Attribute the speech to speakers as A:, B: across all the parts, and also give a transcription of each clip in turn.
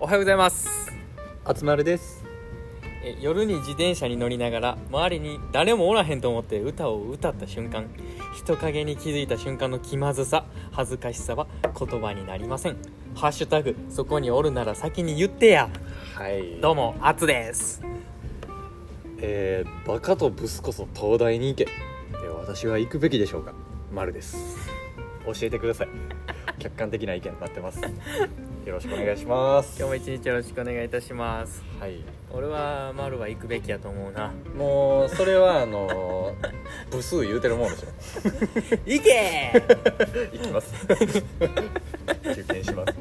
A: はようございます
B: あつまるです
A: え夜に自転車に乗りながら周りに誰もおらへんと思って歌を歌った瞬間人影に気づいた瞬間の気まずさ恥ずかしさは言葉になりません「ハッシュタグそこにおるなら先に言ってや
B: はい」
A: どうもあつです
B: えー、バカとブスこそ東大に行けで私は行くべきでしょうかまるです教えてくだ さい客観的な意見になってますよろしくお願いします
A: 今日も一日よろしくお願いいたします
B: はい
A: 俺は丸は行くべきやと思う な
B: もうそれはあのー、 ブス言うてるもんでしょ
A: 行け
B: 行きます 受験します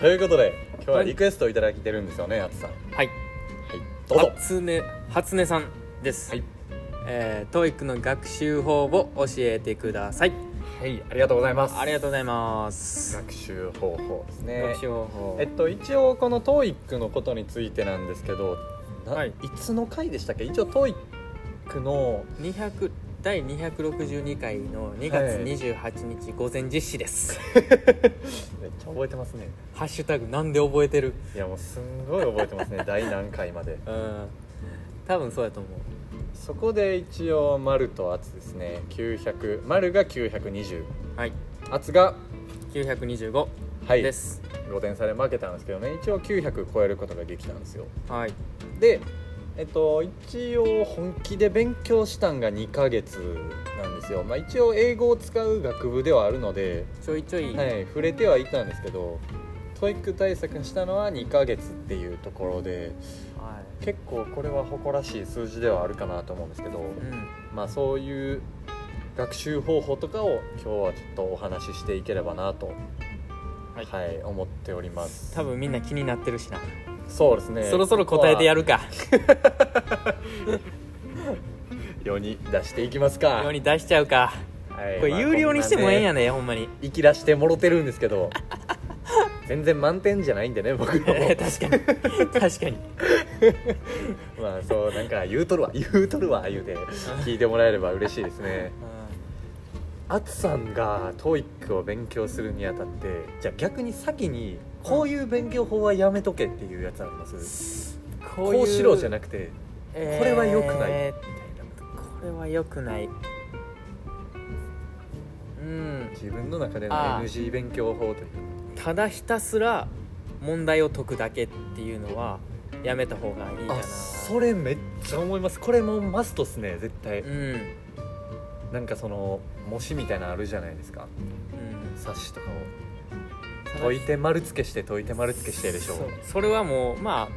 B: ということで今日はリクエストをいただいてるんですよねあつさんはい
A: はい
B: どうぞ
A: 初音初音さんです、
B: はい
A: えー、トイックの学習法を教えてください
B: はいありがとうございます
A: ありがとうございます、
B: 学習方法ですね
A: 学習方法
B: えっと一応この TOEIC のことについてなんですけど、な
A: はい
B: い、つの回でしたっけ一応 TOEIC の
A: 200第262回の2月28日午前実施 です、
B: めっちゃ覚えてますね
A: ハッシュタグなんで覚えてる
B: いやもうすんごい覚え てますね第何回まで
A: うん多分そうやと思う
B: そこで一応丸と圧ですね900丸が920
A: はい
B: 圧が
A: 925
B: はい
A: です、
B: 5点差で負けたんですけどね一応900超えることができたんですよ
A: はい
B: でえっと一応本気で勉強したんが2ヶ月なんですよまあ一応英語を使う学部ではあるので
A: ちょいちょい、
B: はい、触れてはいたんですけどトイック対策したのは2ヶ月っていうところで
A: は
B: 結構これは誇らしい数字ではあるかなと思うんですけど、
A: いうん
B: まあ、そういう学習方法とかを今日はちょっとお話ししていければなと、
A: は
B: はいい思っております
A: 多分みんな気になってるしな、
B: そうですね
A: そろそろ答えてや
B: る
A: るか
B: 世に出していきますか、
A: 世に出しちゃうか
B: はい
A: これ
B: まあ
A: 有料にしてもええんや
B: こんなね
A: ねほんまに
B: 生き出してもろてるんですけ ど全然満点じゃないんでね僕らも
A: 確かに確 かに
B: まあそうなんか言うとるわ言うとるわ言うて聞いてもらえれば嬉しいですねあつさんが TOEIC を勉強するにあたってじゃあ逆に先にこういう勉強法はやめとけっていうやつありますこうしろじゃな
A: く
B: くて
A: こ
B: これは良くない
A: これは良くないうん
B: 自分の中での
A: あー
B: NG 勉強法という
A: ただひたすら問題を解くだけっていうのはやめた方がいいかな
B: あそれめっちゃ思いますこれもマストっすね絶対
A: うん、うん、
B: なんかその模試みたいなのあるじゃないですか冊子とかを解いて丸付けして解いて丸付けしてでしょ
A: そうそれはもうま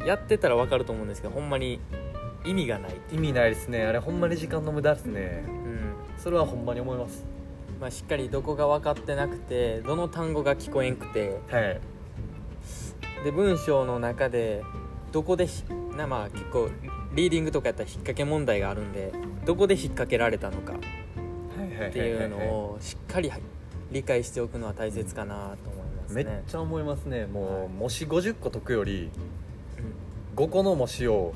A: あやってたらわかると思うんですけどほんまに意味がない、
B: 意味ないですねあれほんまに時間の無駄ですね
A: うん
B: それはほんまに思います
A: まあ、しっかりどこが分かってなくてどの単語が聞こえんくて
B: はい
A: で文章の中でどこでひなまあ結構リーディングとかやったら引っ掛け問題があるんでどこで引っ掛けられたのか
B: っ
A: っていうのを しっかり理解しておくのは大切かなと思います
B: め
A: ね。
B: っちゃ思いますね
A: は
B: も
A: いう
B: 模試50個解くより5個の模試を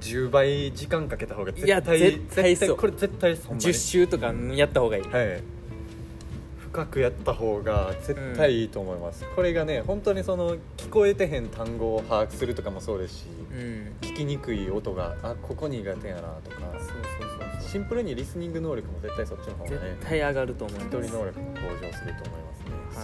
B: 10倍時間かけた方が絶対
A: いや絶対そう
B: これ絶対ですほ
A: うんん、
B: まに
A: 10周とかやった方がいい、
B: はい深くやった方が絶対いいと思います、これがね本当にその聞こえてへん単語を把握するとかもそうですし、
A: うん、
B: 聞きにくい音があここ苦手やなとか
A: そうそうそうそう
B: シンプルにリスニング能力も絶対そっちの方がね
A: 絶対上がると思い
B: 聞き取
A: ま
B: り
A: す
B: 能力も向上すると思いますね、
A: はい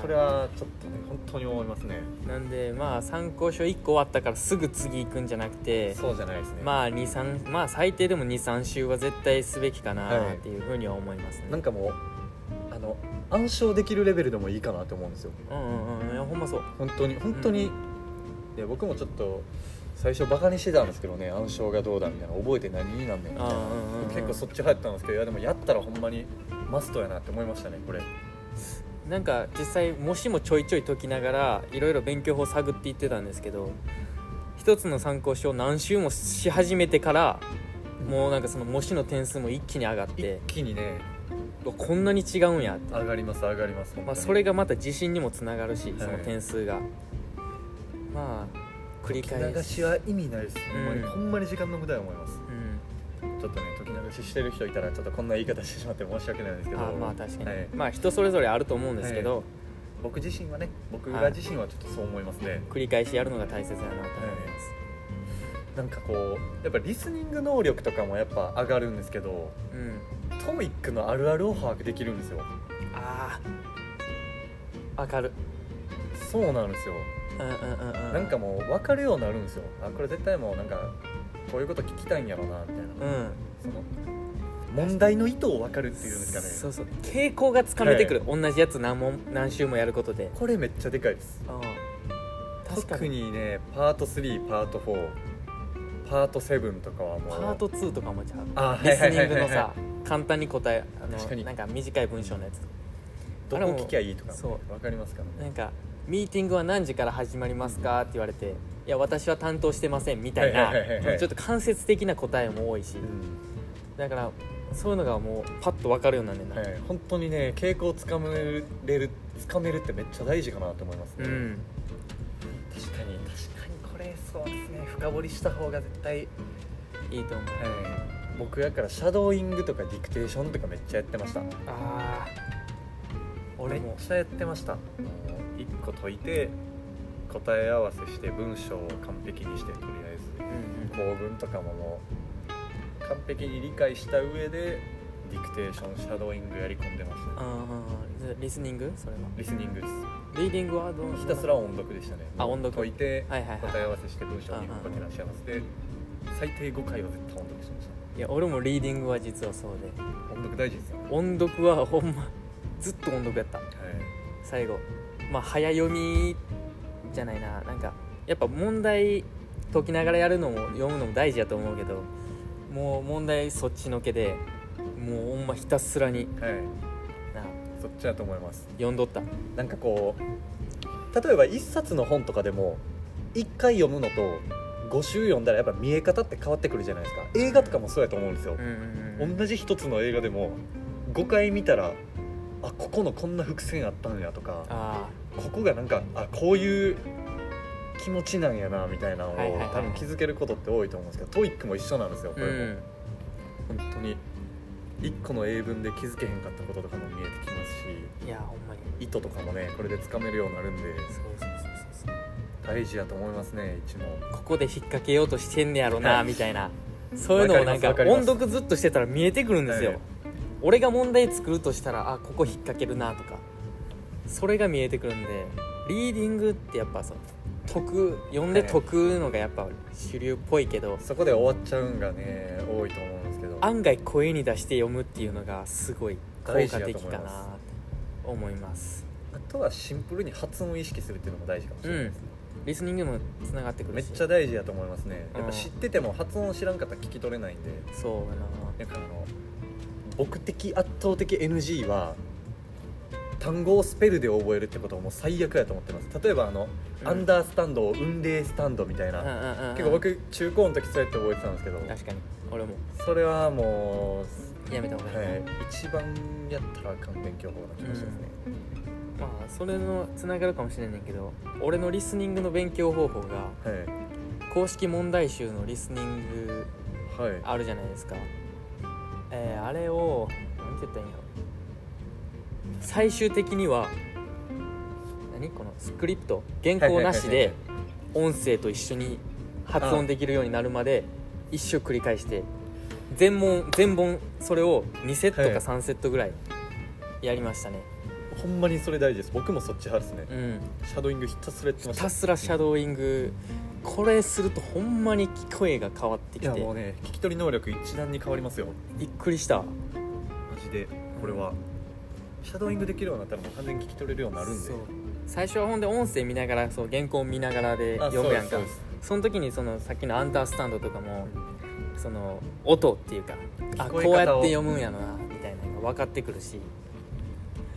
B: それはちょっとね本当に思いますね
A: なんでまあ参考書1個終わったからすぐ次行くんじゃなくて
B: そうじゃないですね、
A: まあ23まあ最低でも23週は絶対すべきかな
B: はい
A: っていうふうには思いますね、
B: なんかもうあの暗唱できるレベルでもいいかなと思うんですよ
A: うんうんうんいやほんまそう
B: 本当に本当に、いや僕もちょっと最初バカにしてたんですけどね暗唱がどうだみたいな覚えて何になんねんみたいな、
A: うんうんうんうん
B: 結構そっち入ったんですけどいやでもやったらほんまにマストやなって思いましたねこれ
A: なんか実際もしもちょいちょい解きながらいろいろ勉強法探っていってたんですけど一つの参考書を何週もし始めてからもうなんかその模試の点数も一気に上がっ
B: 一
A: て
B: 気にね
A: うわこんなに違うんやって、
B: 上がります上がります、
A: まあ、それ
B: が
A: がまた自信にもつながるし
B: い
A: その点数が、まあ繰り返
B: 解き流
A: し
B: しは意味ないです、ほんまに
A: うん
B: ほんまに時間の無駄や思います
A: うん
B: ちょっとね解き流ししてる人いたらちょっとこんな言い方してしまって申し訳ないんですけど
A: あまあ確かに、
B: はい
A: まあ人それぞれあると思うんですけど、
B: 僕自身はね僕ら自身はちょっとそう思いますね、
A: 繰り返しやるのが大切だなと思います、
B: なんかこうやっぱリスニング能力とかもやっぱ上がるんですけど
A: うん、
B: トーイックのあるあるを把握できるんですよ
A: ああわかる
B: そうなんですよ
A: うんうんうんうん
B: なんかもう分かるようになるんですよあこれ絶対もうなんかこういうこと聞きたいんやろうなみたいな、
A: うん
B: その問題の意図を分かるっていうんですかね
A: そうそう傾向がつかめてくる、同じやつ何問何週もやることで
B: これめっちゃでかいです
A: うん確か
B: 特
A: に
B: にねパート3パート4パート7とかはもう
A: パート2とかもちゃう
B: あ
A: リスニングの
B: はいはいはいは
A: さ簡単に答えあ
B: 確か
A: の
B: に
A: なんか短い文章のやつ
B: いどこ聞きゃいいとか
A: あれも
B: も分かりますから
A: な
B: ね
A: んか「ミーティングは何時から始まりますか?」って言われて「いや私は担当してません」みたいな
B: はいはいはいはい
A: ちょっと間接的な答えも多いしだからそういうのがもうパッと分かるようになんねんな、
B: はい、本当にね傾向をつかめるつかめるってめっちゃ大事かなと思います
A: う
B: ね、
A: ん
B: 確かに確かにこれそうですね深掘りした方が絶対、はい、
A: いいと思う
B: 僕やからシャドーイングとかディクテーションとかめっちゃやってました
A: ああ俺
B: めっ
A: も
B: ちゃやってました一個解いて答え合わせして文章を完璧にしてとりあえず
A: うん
B: 構文とかももう完璧に理解した上でディクテーションシャドーイングやり込んでました
A: うんうんうんリスニングそれは
B: リスニングです
A: リーディングはどう
B: ひたすら音読でしたね
A: あ音読
B: 解いて
A: はいはいはい
B: 答え合わせして文章に分け出し合わせて最低5回は絶対音読してまし
A: いや俺もリーディングは実はそうで
B: た音読大事ですよね、
A: 音読はほんまずっと音読やった最後まあ早読みじゃないななんかやっぱ問題解きながらやるのも読むのも大事やと思うけどもう問題そっちのけでもうほんまひたすらに
B: はい、はい、
A: な
B: そっちだと思います
A: 読んどった
B: なんかこう例えば1冊の本とかでも1回読むのと5週読んだらやっぱ見え方って変わってくるじゃないですか映画とかもそうやと思うんですよ、
A: うんうんうん
B: 同じ一つの映画でも5回見たらあここのこんな伏線あったんやとか
A: あ
B: ここがなんかあこういう気持ちなんやなみたいなのを
A: はいはいはい
B: 多分気づけることって多いと思うんですけどトイックも一緒なんですよ
A: あ
B: こ
A: う
B: れも、
A: ん
B: 本当に1個の英文で気づけへんかったこととかも見えてきます
A: いやほんまに
B: し意図とかもねこれでつかめるようになるんで
A: そうそうそうそう
B: 大事だと思いますね一も
A: ここで引っ掛けようとしてんねやろな
B: はい
A: みたいなそういうのもなんか
B: わかりますわかりま
A: 音読
B: す
A: ずっとしてたら見えてくるんですよ、
B: はい
A: 俺が問題作るとしたらあここ引っ掛けるなとかそれが見えてくるんでリーディングってやっぱその解く読んで解くのがやっぱ主流っぽいけど
B: そこで終わっちゃうんがね多いと思うんですけど
A: 案外声に出して読むっていうのがすごい効
B: 大
A: 果
B: 事だと思
A: 的
B: います
A: かなと思います
B: あとはシンプルに発音を意識するっていうのも大事かもしれないですね、
A: リスニングもつながってく
B: め
A: る
B: っ
A: し
B: ちゃ大事だと思いますね
A: うん
B: やっぱ知ってても発音知らんかったら聞き取れないんで
A: そうやな
B: なんかあの僕的圧倒的 NG は単語をスペルで覚えるってことはもう最悪やと思ってます例えばあの、
A: うん
B: アンダースタンドを運霊スタンドみたいな、
A: うんうんうんうん
B: 結構僕中高の時そうやって覚えてたんですけど
A: 確かに俺も
B: それはも
A: やめた方
B: う、
A: がいい、
B: はい、一番やったらあかん勉強法な気がしますね、
A: まあそれのつながるかもしれんねんけど俺のリスニングの勉強方法が公式問題集のリスニング
B: はいはい
A: あるじゃないですかえーあれを何て言ったらいいんやろ最終的には何このスクリプト原稿なしで音声と一緒に発音できるようになるまで一生繰り返して全問全本それを2セット
B: は
A: か
B: い
A: 3セットぐらいやりましたね、
B: ほんまにそれ大事です僕もそっち派ですね
A: うん
B: シャドーイングひたすらやってま
A: ひ
B: した
A: すらシャドーイングこれするとほんまに声が変わって
B: い
A: き
B: や
A: て
B: もうね聞き取り能力一段に変わりますよ
A: びっくりした
B: マジでこれはシャドーイングできるようになったらもう完全に聞き取れるようになるんで
A: そう最初はほんで音声見ながらそう原稿見ながらで読むやんか
B: そう
A: そ
B: です
A: の時にそのさっきの「アンダースタンド」とかもその音っていうかあ
B: 聞
A: こ
B: こ
A: う
B: え方を
A: やって読むんやろなみたいなのが分かってくるし、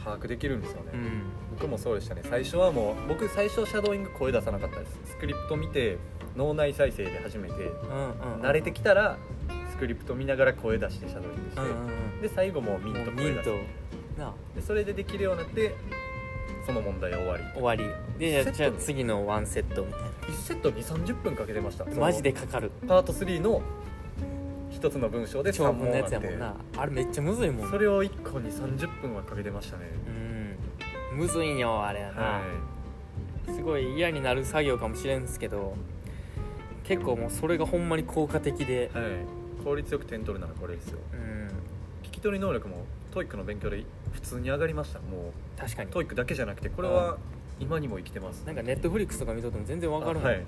B: 把握できるんですよね、
A: うん、
B: 僕もそうでしたね最初はもう僕最初シャドーイング声出さなかったですスクリプト見て脳内再生で初めて
A: うんうんうん
B: 慣れてきたらスクリプト見ながら声出してシャドーイングして、
A: うんうん
B: で最後もうミン
A: うんも
B: ト
A: うミ
B: 声
A: ン
B: 出し
A: ト
B: て
A: なあ
B: でそれでできるようになってその問題終わり
A: 終わりでじゃあ
B: セ
A: じゃ
B: ッ
A: あ
B: ト
A: 次のワンセットみたい
B: 1セット2 3 0分かけてましたそ
A: な
B: の
A: マジでかかる
B: パート3の一つの文章で3
A: 長文
B: 問
A: の
B: あ
A: や
B: っ
A: つやも
B: て
A: んなあれめっちゃむずいもん
B: それを1個に30分はかけてましたね
A: うんむずいんよあれやな、すごい嫌になる作業かもしれんすけど結構もうそれがほんまに効果的で、
B: い、はい、効率よく点取るならこれですよ
A: うん
B: 聞き取り能力もトイックの勉強で普通に上がりましたも
A: 確か
B: う
A: に
B: トイックだけじゃなくてこれは今にも生きてます
A: なんかネットフリックスとか見とっても全然わかるもん、
B: あはい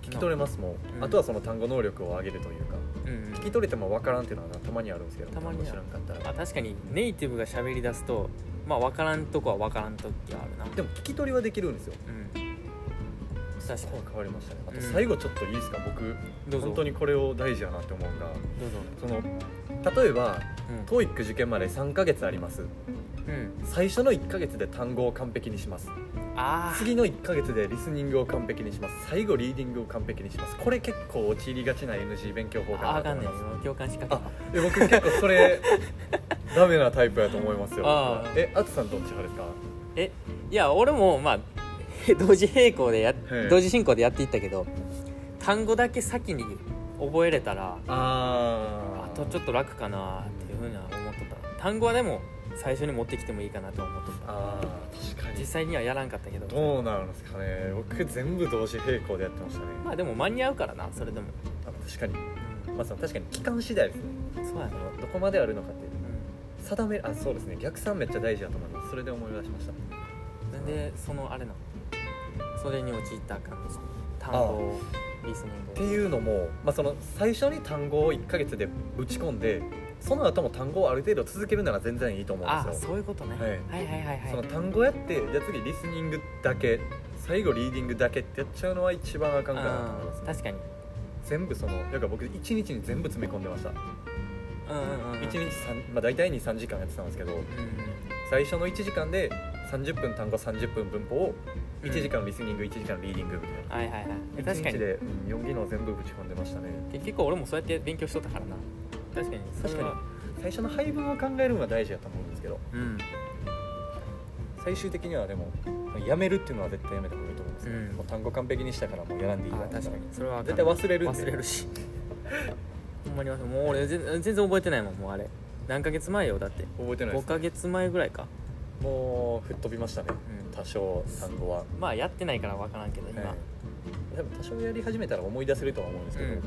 B: 聞き取れますもう、
A: うん
B: あとはその単語能力を上げるというか
A: うんうん
B: 聞き取れても分からんっていうのはなたまにあるんですけど
A: たまにある
B: 単語知らんかった
A: まあ
B: ら
A: 確かにネイティブが喋り出すとまあ分からんとこは分からん時はあるな
B: でも聞き取りはできるんですよ
A: うん確かに
B: そう変わりましたねあ
A: う
B: と
A: ん
B: 最後ちょっといいですか、僕
A: どうぞ
B: 本当にこれを大事やなって思うのが
A: どうぞ
B: その例えば
A: うん、
B: ト o イック受験まで3ヶ月あります
A: うん、
B: 最初の1ヶ月で単語を完璧にします
A: ああ
B: 次の1ヶ月でリスニングを完璧にします最後リーディングを完璧にしますこれ結構陥りがちな NG 勉強法か
A: あ
B: な
A: あかん
B: と思い
A: ねん
B: ます
A: 今共感しかけた
B: あえ僕結構それダメなタイプやと思いますよ
A: ああ
B: えあつさんどっち派ですか
A: えいや俺もまあ へ同時並行でや
B: え
A: 同時進行でやっていったけど単語だけ先に覚えれたらあ
B: あ
A: とちょっと楽かなっていうふうには思っとった単語はでも最初に持ってきてもいいかなとは思っとった
B: あー確かに
A: 実際にはやらんかったけど
B: どうなんですかね僕全部同時並行でやってましたね、
A: まあでも間に合うからなそれでも、
B: あ確かに
A: うん
B: まあその確かに期間次第ですね
A: そうやな
B: あのどこまであるのかっていう
A: う
B: 定めあそうですね逆算めっちゃ大事だと思いますそれで思い出しました
A: んなんでそのあれなのそれに陥ったらあかんのその単語をリスニングを
B: っていうのも、まあ、その最初に単語を1ヶ月でぶち込んでその後も単語をある程度続けるなら全然いいと思うん
A: あ
B: ですよ
A: そういうことね、
B: はい
A: はいはいはいはい
B: その単語やってじゃあ次リスニングだけ最後リーディングだけってやっちゃうのは一番あかんかなと思います
A: うん
B: ね
A: 確かに
B: 全部そのだから僕1日に全部詰め込んでました1
A: うんうんうん
B: 日3、まあ、大体23時間やってたんですけど
A: うん
B: 最初の1時間で30分単語30分文法を
A: うん
B: 1時間リスニング1時間リーディングみたいな
A: はいはいはい確か
B: 1日
A: に
B: で4技能全部ぶち込んでましたね
A: 結構俺もそうやって勉強しとったからな確かにそれは
B: 最初の配分を考えるのは大事だと思うんですけど
A: うん
B: 最終的にはでもやめるっていうのは絶対やめた方がいいと思います、
A: うん
B: もう単語完璧にしたからもうやらんでいいわ
A: あ確かにそれはあかん
B: 絶対忘れるんで
A: 忘れるし ほんまに忘れるもう俺全全然覚えてないもんもうあれ何ヶ月前よだって
B: 覚えてないで
A: 5
B: す
A: ヶ月前ぐらいか、
B: もう吹っ飛びましたね
A: う
B: 多少単語は、
A: ん、まあやってないから分からんけど今、
B: はい多分多少やり始めたら思い出せるとは思うんですけど、
A: うん
B: で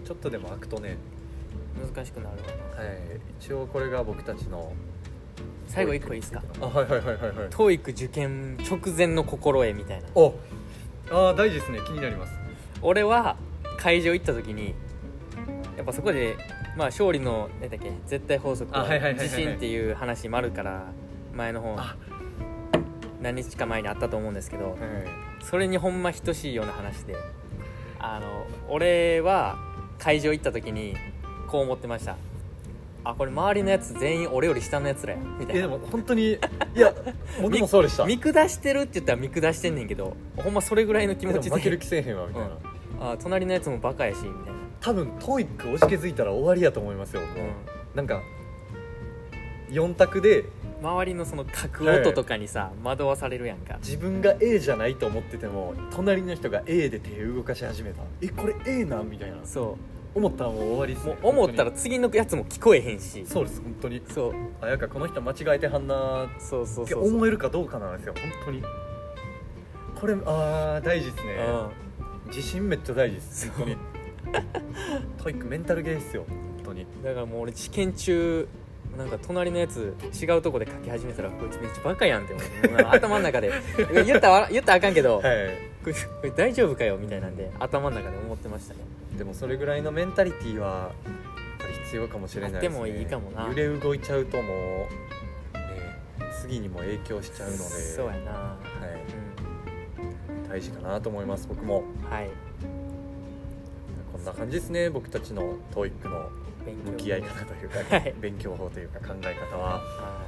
B: もちょっとでも開くとね、
A: 難しくなるわ
B: はい、一応これが僕たちの
A: 最後一個いいですか
B: あはいはいはいはいはい
A: TOEIC 受験直前の心得みたいな
B: おあー大事ですね気になります
A: 俺は会場行った時にやっぱそこで、まあ、勝利の何だっけ絶対法則
B: あはいはいはいはいはい
A: 自信っていう話もあるから前の方
B: あ
A: 何日か前にあったと思うんですけど
B: は
A: それにほんま等しいような話であの俺は会場行った時にこう思ってましたあこれ周りのやつ全員俺より下のやつらやみた
B: い
A: い
B: やで
A: な
B: も本当にいや僕もそうでした
A: 見下してるって言ったら見下してんねんけどほんまそれぐらいの気
B: で
A: 持
B: も
A: ち
B: 負ける
A: で
B: 気せえへんわみたいな、
A: うんあ隣のやつもバカやしみたいな
B: 多分 TOEIC おじけづいたら終わりやと思いますよ、もうなんか4択で
A: 周りのその角音とかにさ、惑わされるやんか
B: 自分が A じゃないと思ってても隣の人が A で手動かし始めたえこれ A なんみたいな
A: そ
B: 思ったらもう終わりっす
A: う
B: ね、
A: もう思ったら
B: 本
A: 次のやつも聞こえへんし
B: 当にそうです本当に
A: そう
B: あやかこの人間違えてはんなーっ
A: そうそうそう
B: て
A: そううん
B: 思えるかどうかなんですよ本当にこれあー大事ですね自信めっちゃ大事です本 当に TOEIC メンタルゲーですよ本当に
A: だからもう俺試験中なんか隣のやつ違うとこで書き始めたらこいつめっちゃバカやんって思うもうな頭の中 で言ったら言ったらあかんけど、
B: はい
A: こいつこれ大丈夫かよみたいなんで頭の中で思ってましたね
B: でもそれぐらいのメンタリティはやっぱり必要かもしれないですね
A: あってもいいかもな
B: 揺れ動いちゃうともう、ね、次にも影響しちゃうので
A: そうやな、は
B: はいい、大事かなと思います僕も
A: うん、はい
B: こんな感じですね僕たちの TOEIC の
A: 勉強
B: 向き合い方というか、
A: はい
B: 勉強法というか考え方は
A: は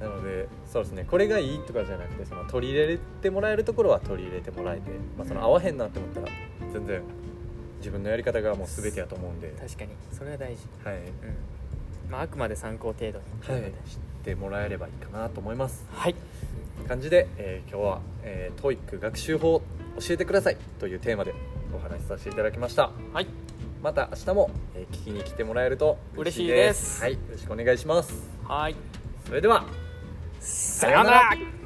B: なのでそうですねこれがいいとかじゃなくてその取り入れてもらえるところは取り入れてもらえて、まあ、その合わへんなって思ったら全然自分のやり方がもう全てやと思うんで
A: い、確かにそれは大事
B: はい、
A: うんまああくまで参考程度にと
B: は
A: う
B: い
A: ことで、
B: 知ってもらえればいいかなと思います
A: はい
B: 感じで、えー今日は、えー、TOEIC 学習法教えてくださいというテーマでお話しさせていただきました
A: はい
B: また明日も、えー聞きに来てもらえると嬉しい
A: 嬉しい
B: です
A: です
B: はい、よろしくお願いします
A: はい
B: それでは
A: さようなら